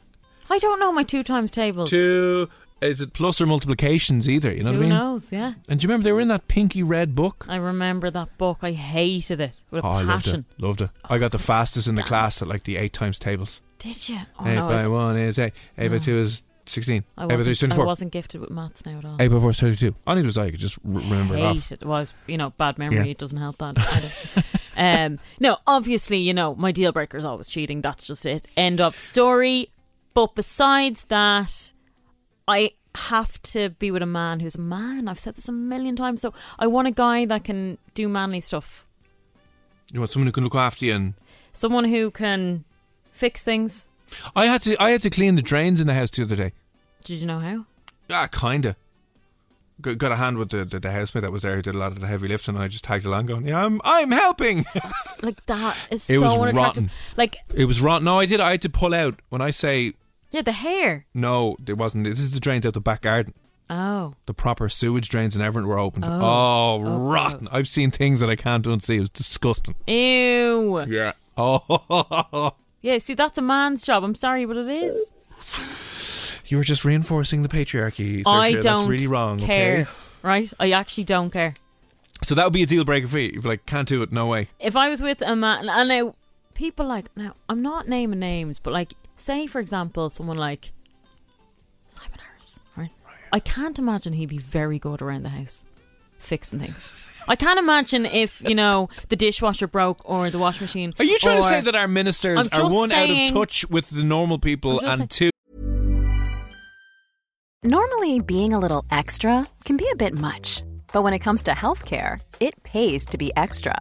I don't know my two times tables.
two. Is it plus or multiplications either? You know
Who
what I mean?
knows? Yeah,
And do you remember they were in that pinky red book?
I remember that book. I hated it with a
oh, I loved it.
passion. Oh,
Loved it. I got the fastest in the
damn.
class at like the eight times tables.
Did you? Oh
eight
no, I
by
was-
one is eight. Eight by two is sixteen.
I
eight by three is
wasn't, I
twenty-four.
wasn't gifted with maths now at all.
Eight by four is 32. I need was I could just r- remember it off.
hate it. Well, it's, you know, bad memory
Yeah.
it doesn't help that either. um, no, obviously, you know, my deal breaker is always cheating. That's just it. End of story. But besides that, I have to be with a man who's a man. I've said this a million times. So I want a guy that can do manly stuff.
You want someone who can look after you. And
Someone who can fix things.
I had to I had to clean the drains in the house the other day.
Did you know how?
Ah, kinda. Got, got a hand with the, the, the housemate that was there who did a lot of the heavy lifts, and I just tagged along going, "Yeah, I'm I'm helping."
Like that is
It
so
was
unattractive.
rotten.
Like
it was rotten. No, I did. I had to pull out when I say
yeah, the hair.
no. It wasn't. This is the drains out the back garden.
Oh,
The proper sewage drains and everything were opened.
Oh.
Oh,
Oh,
rotten!
gross.
I've seen things that I can't unsee. It was disgusting.
ew.
Yeah. Oh.
Yeah, see, that's a man's job. I'm sorry, but it is.
You were just reinforcing the patriarchy. Saoirse.
I don't
That's really wrong.
care.
Okay.
Right? I actually don't care.
So that would be a deal breaker for you. You're like, can't do it. No way.
If I was with a man, and now people like now, I'm not naming names, but like, say for example, someone like Simon Harris, right? I can't imagine he'd be very good around the house fixing things. I can't imagine if, you know, the dishwasher broke or the washing machine.
Are you trying to
or-
say that our ministers
I'm
are
just
one out
saying-
of touch with the normal people
I'm just
and two?
Normally, being a little extra can be a bit much, but when it comes to healthcare, it pays to be extra.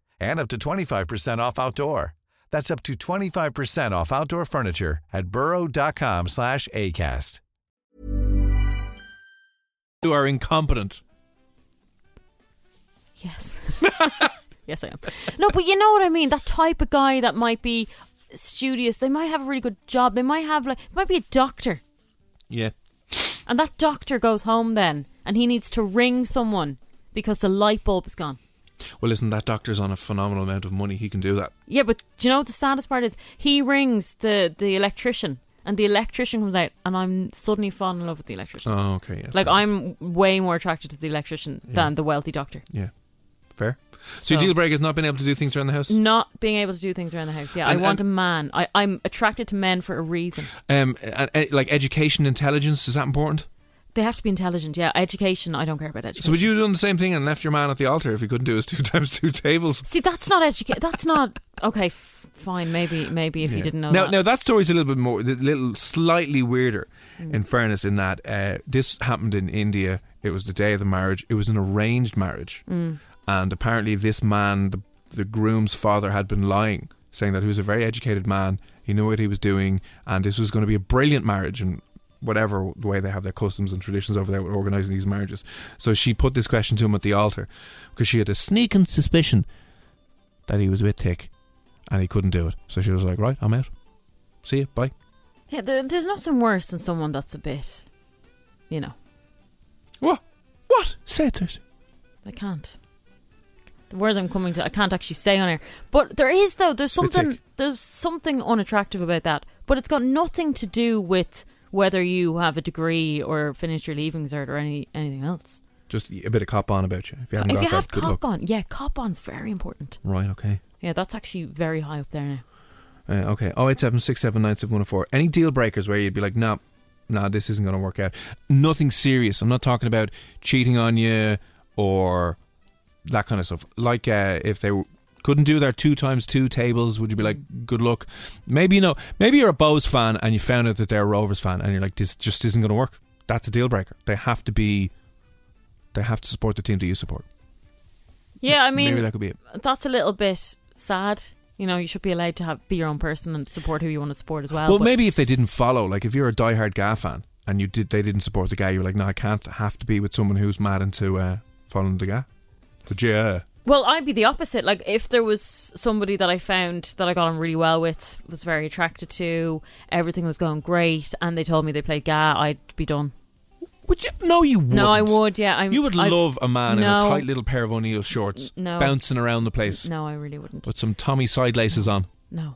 and up to 25% off outdoor. That's up to 25% off outdoor furniture at burrow.com/acast.
who are incompetent.
Yes. yes, I am. No, but you know what I mean? That type of guy that might be studious, they might have a really good job, they might have, like, they might be a doctor.
Yeah.
And that doctor goes home then and he needs to ring someone because the light bulb is gone.
Well, listen, that doctor's on a phenomenal amount of money. He can do that.
Yeah, but do you know what the saddest part is? He rings the, the electrician and the electrician comes out and I'm suddenly falling in love with the electrician.
Oh, okay. Yeah,
like,
fair.
I'm way more attracted to the electrician than the wealthy doctor.
Yeah. Fair. So, your
So- Mm.
deal breaker is not being able to do things around the house?
Not being able to do things around the house. Yeah,
And-
I want
and-
a man. I, I'm attracted to men for a reason.
Um, and, and, like education, intelligence, is that important?
They have to be intelligent. Yeah, education. I don't care about education.
So, would you have done the same thing and left your man at the altar if he couldn't do his two times two tables?
see? That's not education. That's not okay. F- fine, maybe, maybe if you
Yeah.
didn't know.
Now,
that.
now that story's a little bit more, a little slightly weirder.
Mm.
In fairness, in that uh, this happened in India. It was the day of the marriage. It was an arranged marriage,
Mm.
and apparently, this man, the, the groom's father, had been lying, saying that he was a very educated man. He knew what he was doing, and this was going to be a brilliant marriage. And whatever the way they have their customs and traditions over there with organizing these marriages. So she put this question to him at the altar because she had a sneaking suspicion that he was a bit thick and he couldn't do it. So she was like, right, I'm out. See you. Bye.
yeah, there, there's nothing worse than someone that's a bit, you know,
What? What? Say it, Thursday.
I can't. The word I'm coming to, I can't actually say on air. But there is though. There's
It's a bit
something.
thick.
There's something unattractive about that. But it's got nothing to do with whether you have a degree or finish your leaving cert or any anything else.
Just a bit of cop on about you. If you haven't
Uh, If
got
you
that,
have
good
cop
luck.
on, yeah, cop on's very important.
Right, okay.
Yeah, that's actually very high up there now.
Uh, okay, 087 Any deal breakers where you'd be like, no, no, this isn't going to work out? Nothing serious. I'm not talking about cheating on you or that kind of stuff. Like uh, if they w- couldn't do their two times two tables, would you be like, good luck? Maybe you know, maybe you're a Bows fan and you found out that they're a Rovers fan and you're like, this just isn't going to work. That's a deal breaker. They have to be, they have to support the team that you support.
Yeah, I mean,
maybe that could be it.
that's a little bit sad. You know, you should be allowed to have be your own person and support who you want to support as well.
Well,
but-
maybe if they didn't follow, like if you're a diehard Ga fan and you did, they didn't support the guy. You're like, no, I can't have to be with someone who's mad into uh, following the guy. The Ga.
Well, I'd be the opposite. Like, if there was somebody that I found that I got on really well with, was very attracted to, everything was going great, and they told me they played Ga, I'd be done.
Would you? No, you wouldn't.
No, I would. Yeah, I'm,
You would
I've-
love a man in
No.
a tight little pair of O'Neill shorts,
N- no.
bouncing around the place
No, I really wouldn't.
with some Tommy side laces on.
No,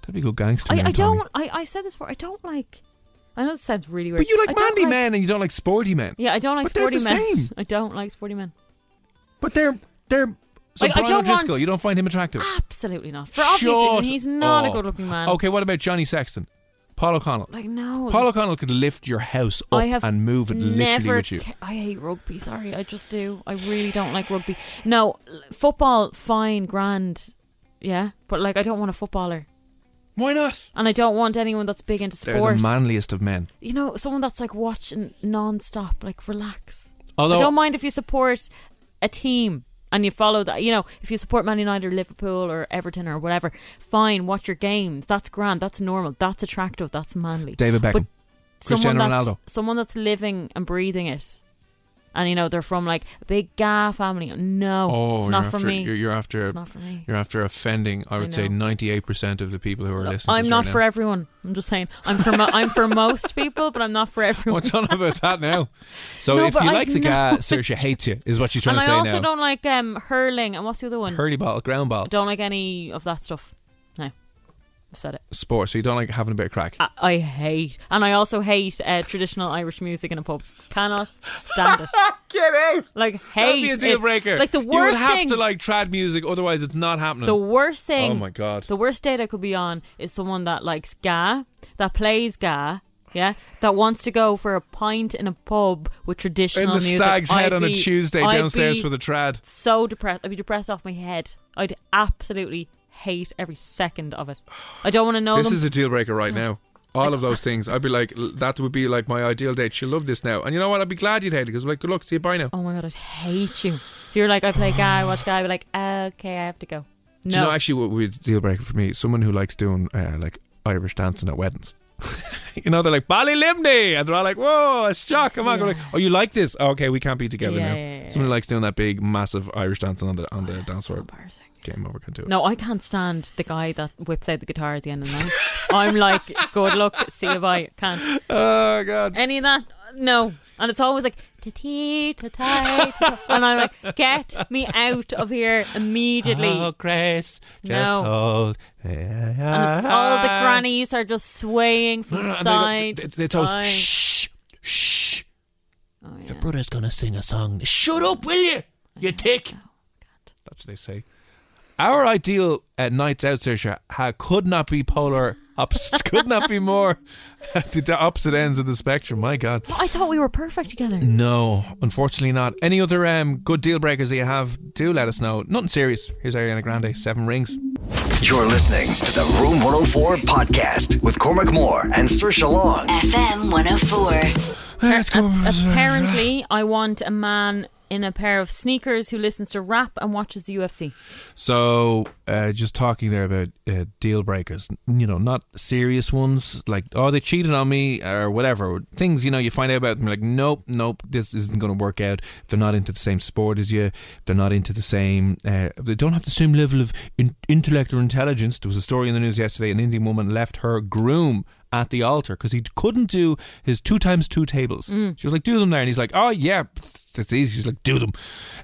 That'd be good gangster.
I,
man,
I
Tommy.
don't. I, I said this before. I don't like. I know this sounds really weird.
But you like
I don't
manly men and you don't like sporty men.
Yeah, I don't like
But they're the
sporty men.
same.
I don't like sporty men.
But they're they're. So
Like, I
Brian
don't
O'Driscoll,
want-
you don't find him attractive.
Absolutely not. For obvious
Shut
reasons, he's not a
up.
good-looking man.
Okay, what about Johnny Sexton? Paul O'Connell.
Like no,
Paul O'Connell could lift your house up
I have
and move it literally
never
with you.
ca- I hate rugby. Sorry, I just do. I really don't like rugby. No, l- football, fine, grand, yeah, but like I don't want a footballer,
Why not?
and I don't want anyone that's big into
They're the
sports.
manliest of men.
you know, someone that's like watching non-stop, like relax.
Although
I don't mind if you support a team and you follow that. You know, if you support Man United or Liverpool or Everton or whatever, fine, watch your games. That's grand. That's normal. That's attractive. That's manly.
David Beckham,
But
Cristiano
someone
Ronaldo.
That's, someone that's living and breathing it. And you know they're from like a big ga family. No,
oh,
it's
you're
not
after,
for me.
You're, you're after.
it's not for me.
You're after offending. I
I
would say
know.
ninety-eight percent of the people who are listening. to
I'm
us
not
right
for
now.
everyone. I'm just saying. I'm for mo- I'm for most people, but I'm not for everyone.
What's on about that now? So
No,
if
but
you
I've
like the guy,
no-
Saoirse hates you, is what she's trying
and
to
I
say
also
now.
don't like um, hurling. And what's the other one?
Hurley ball, ground ball,
don't like any of that stuff. No, I've said it.
sport. So you don't like having a bit of crack.
I, I hate, and I also hate uh, traditional Irish music in a pub. Cannot stand it.
Get out!
Like
That'd
hate
be a deal
it.
breaker.
Like the
You would
worst
have
thing.
to like trad music, otherwise it's not happening.
the worst thing.
Oh my God.
The worst date I could be on is someone that likes ga, that plays ga. Yeah, that wants to go for a pint in a pub with
in
traditional
the
music.
stag's head
I'd
on a
be-
Tuesday
I'd
downstairs
be
for the trad.
so depressed. I'd be depressed off my head. I'd absolutely hate every second of it. I don't want to know
This
them.
is a deal breaker right now. All of those things. I'd be like, "L- that would be like my ideal date. She'll love this now. And you know what? I'd be glad you'd hate it because, like, good luck. See you bye now.
Oh my god, I'd hate you. If you're like, I play guy, I watch guy, I'd be like, okay, I have to go. No,
Do you know actually what would be a deal breaker for me? Someone who likes doing uh, like Irish dancing at weddings. you know, they're like Ballylimney, and they're all like, "Whoa, it's shock!" Come on, go like, oh, you like this? Oh, okay, we can't be together
Yeah,
now.
yeah, yeah, Oh,
Someone who likes doing that big, massive Irish dancing on the on the dance floor.
embarrassing.
Game over, can't do it.
No, I can't stand the guy that whips out the guitar at the end of the night. I'm like, good luck, see you bye. Can't
Oh God.
any of that. No, and it's always like ta tee ta ta, ta and I'm like, get me out of here immediately.
Ah, Grace,
No.
Oh, hold.
And it's all the grannies are just swaying
No,
from
no, no, and they go-
side
they-
to
they- It's
side.
always shh, shh.
Oh, yeah.
Your brother's gonna sing a song. Shut up, will you? You
Oh,
tick. That's what they say. Our ideal uh, nights out, Saoirse, ha, could not be polar opposites. could not be more at the, the opposite ends of the spectrum. My God.
Well, I thought we were perfect together.
No, unfortunately not. Any other um, good deal breakers that you have, do let us know. Nothing serious. Here's Ariana Grande, Seven Rings.
You're listening to the Room 104 podcast with Cormac Moore and Sir Long.
FM 104.
Let's go.
Apparently, I want a man in a pair of sneakers who listens to rap and watches the UFC.
So, uh, just talking there about uh, deal breakers, you know, not serious ones like, oh, they cheated on me or whatever. Things, you know, you find out about them, like, nope, nope, this isn't going to work out. If they're not into the same sport as you, if they're not into the same, uh, if they don't have the same level of in- intellect or intelligence. There was a story in the news yesterday an Indian woman left her groom at the altar because he couldn't do his two times two tables. She was like, do them there. And he's like, oh, yeah, it's easy. She's like, do them.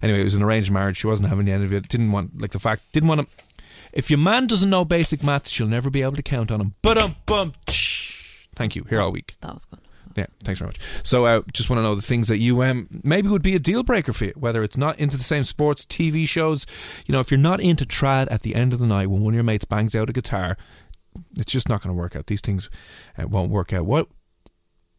Anyway, it was an arranged marriage. She wasn't having the end of it. Didn't want, like, the fact, didn't want to. If your man doesn't know basic maths, you'll never be able to count on him. But um, bum. Thank you. Here all week.
That was good.
Yeah, thanks very much. So, uh, just want to know the things that you um, maybe would be a deal breaker for you, whether it's not into the same sports, TV shows. You know, if you're not into trad at the end of the night when one of your mates bangs out a guitar, it's just not going to work out. These things uh, won't work out. What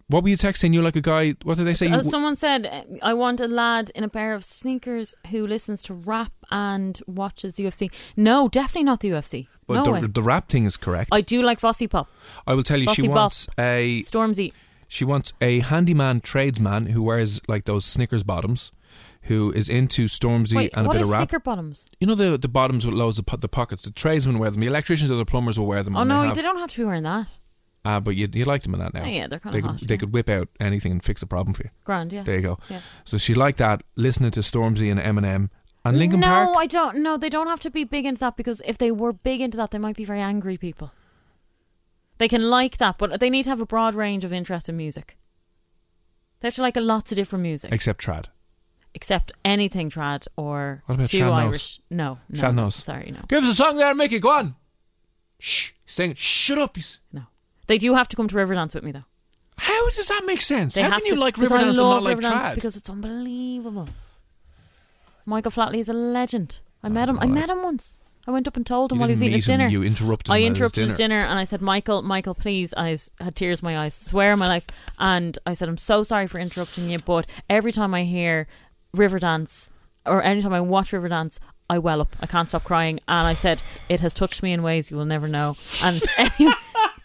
What were you texting? You're like a guy. What did they say?
Uh,
You-
someone said, uh, I want a lad in a pair of sneakers who listens to rap and watches the UFC. No, definitely not the UFC.
Well,
no way.
the, the rap thing is correct.
I do like Fossy Pop,
I will tell you, she
Fussy
wants a
Stormzy.
She wants a handyman tradesman who wears like those Snickers bottoms, who is into Stormzy
Wait,
and a
what
bit
are
of rap.
sneaker bottoms?
you know the the bottoms with loads of po- the pockets. The tradesmen wear them. The electricians or the plumbers will wear them.
Oh
and
no,
they,
they,
have,
don't have to be wearing that.
Ah, but you you like them in that now.
Oh, yeah, they're kinda
They, could,
hot,
they
yeah.
could whip out anything and fix the problem for you.
Grand, yeah.
There you go.
Yeah.
So she liked that listening to Stormzy and Eminem and Linkin
no,
Park.
I don't. No, they don't have to be big into that because if they were big into that, they might be very angry people. They can like that, but they need to have a broad range of interest in music. They have to like a lots of different music,
except trad.
except anything trad or
What about
two
Shannos?
Irish. No, no,
Shannos.
Sorry, no,
Give us a song there, Mickey. Go on. Shh, sing. it. Shut up. you s-
no. They do have to come to Riverdance with me though.
How does that make sense?
They
How
have
can you
to,
like
because
Riverdance
I
and not
love
like
Riverdance
trad?
because it's unbelievable. Michael Flatley is a legend. I met
That's
him. I
all right.
met him once. I I went up and told him
You
while he was
didn't
eating his
meet him,
dinner.
you interrupted him
I
at his
interrupted his
dinner.
dinner and I said, Michael, Michael, please. I s- had tears in my eyes, swear on my life. And I said, I'm so sorry for interrupting you, but every time I hear Riverdance or anytime I watch Riverdance, I well up. I can't stop crying. And I said, it has touched me in ways you will never know. And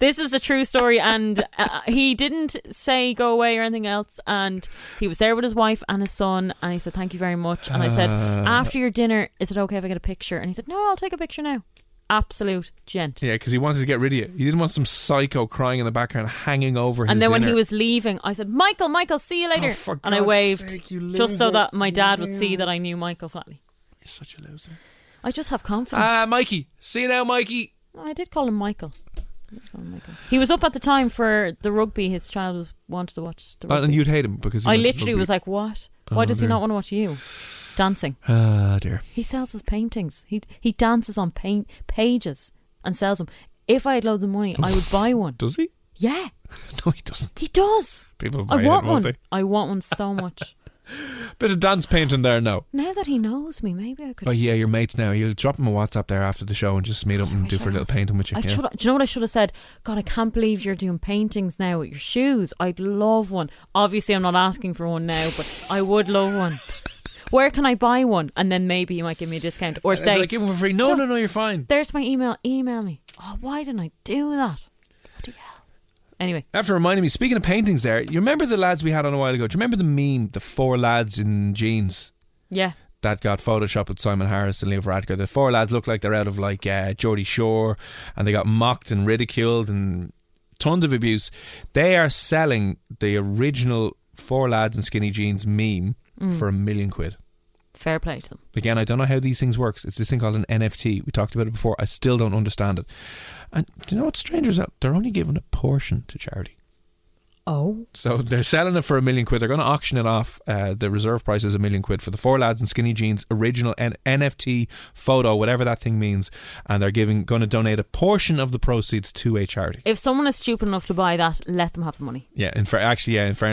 this is a true story. And uh, he didn't say go away or anything else. And he was there with his wife and his son. And he said, thank you very much. And I said,
Uh.
after your dinner, is it okay if I get a picture? And he said, no, I'll take a picture now. Absolute gent.
Yeah, because he wanted to get rid of you. He didn't want some psycho crying in the background, hanging over.
And
his
then when
dinner.
he was leaving, I said, Michael, Michael, see you later.
Oh, for
and I
God's
waved
sake, you
just so
loser.
that my dad would see that I knew Michael Flatley.
You're such a loser.
I just have confidence.
Ah, Mikey. See you now, Mikey.
No, I did call him Michael. I did call him Michael. He was up at the time for the rugby. His child was, wanted to watch the
Uh,
rugby.
and you'd hate him because he
I
went to
literally
rugby.
was like, what? Why
Oh,
does he
dear.
not want to watch you? Dancing.
ah, dear.
He sells his paintings. He he dances on paint pages and sells them. If I had loads of money, I would buy one.
Does he?
Yeah,
No, he doesn't.
he does.
People buy
I want
it,
one.
won't they?
I want one so much.
Bit of dance painting there now.
Now that he knows me, maybe I could.
Oh yeah, your mates now. You'll drop him a WhatsApp there after the show and just meet up and do for a little painting with you.
I
yeah.
should, do you know what I should have said? God, I can't believe you're doing paintings now with your shoes. I'd love one. Obviously, I'm not asking for one now, but I would love one. Where can I buy one? And then maybe you might give me a discount or
And they'd be
say,
like, give him for free. No,
Sure.
no, no. You're fine.
"There's my email. Email me." Oh, why didn't I do that? Bloody hell. Anyway,
After reminding me, speaking of paintings, there. You remember the lads we had on a while ago? Do you remember the meme, the four lads in jeans?
yeah,
that got photoshopped with Simon Harris and Leo Varadkar. The four lads look like they're out of like uh, Geordie Shore, and they got mocked and ridiculed and tons of abuse. They are selling the original four lads in skinny jeans meme for a million quid.
fair play to them.
Again, I don't know how these things works. It's this thing called an NFT. We talked about it before. I still don't understand it. And do you know what strangers out? They're only giving a portion to charity.
Oh,
So they're selling it for a million quid. They're going to auction it off. Uh, the reserve price is a million quid for the four lads in skinny jeans original N- NFT photo, whatever that thing means. And they're giving going to donate a portion of the proceeds to a charity.
if someone is stupid enough to buy that, let them have the money.
Yeah, in fair, actually, yeah, in fairness,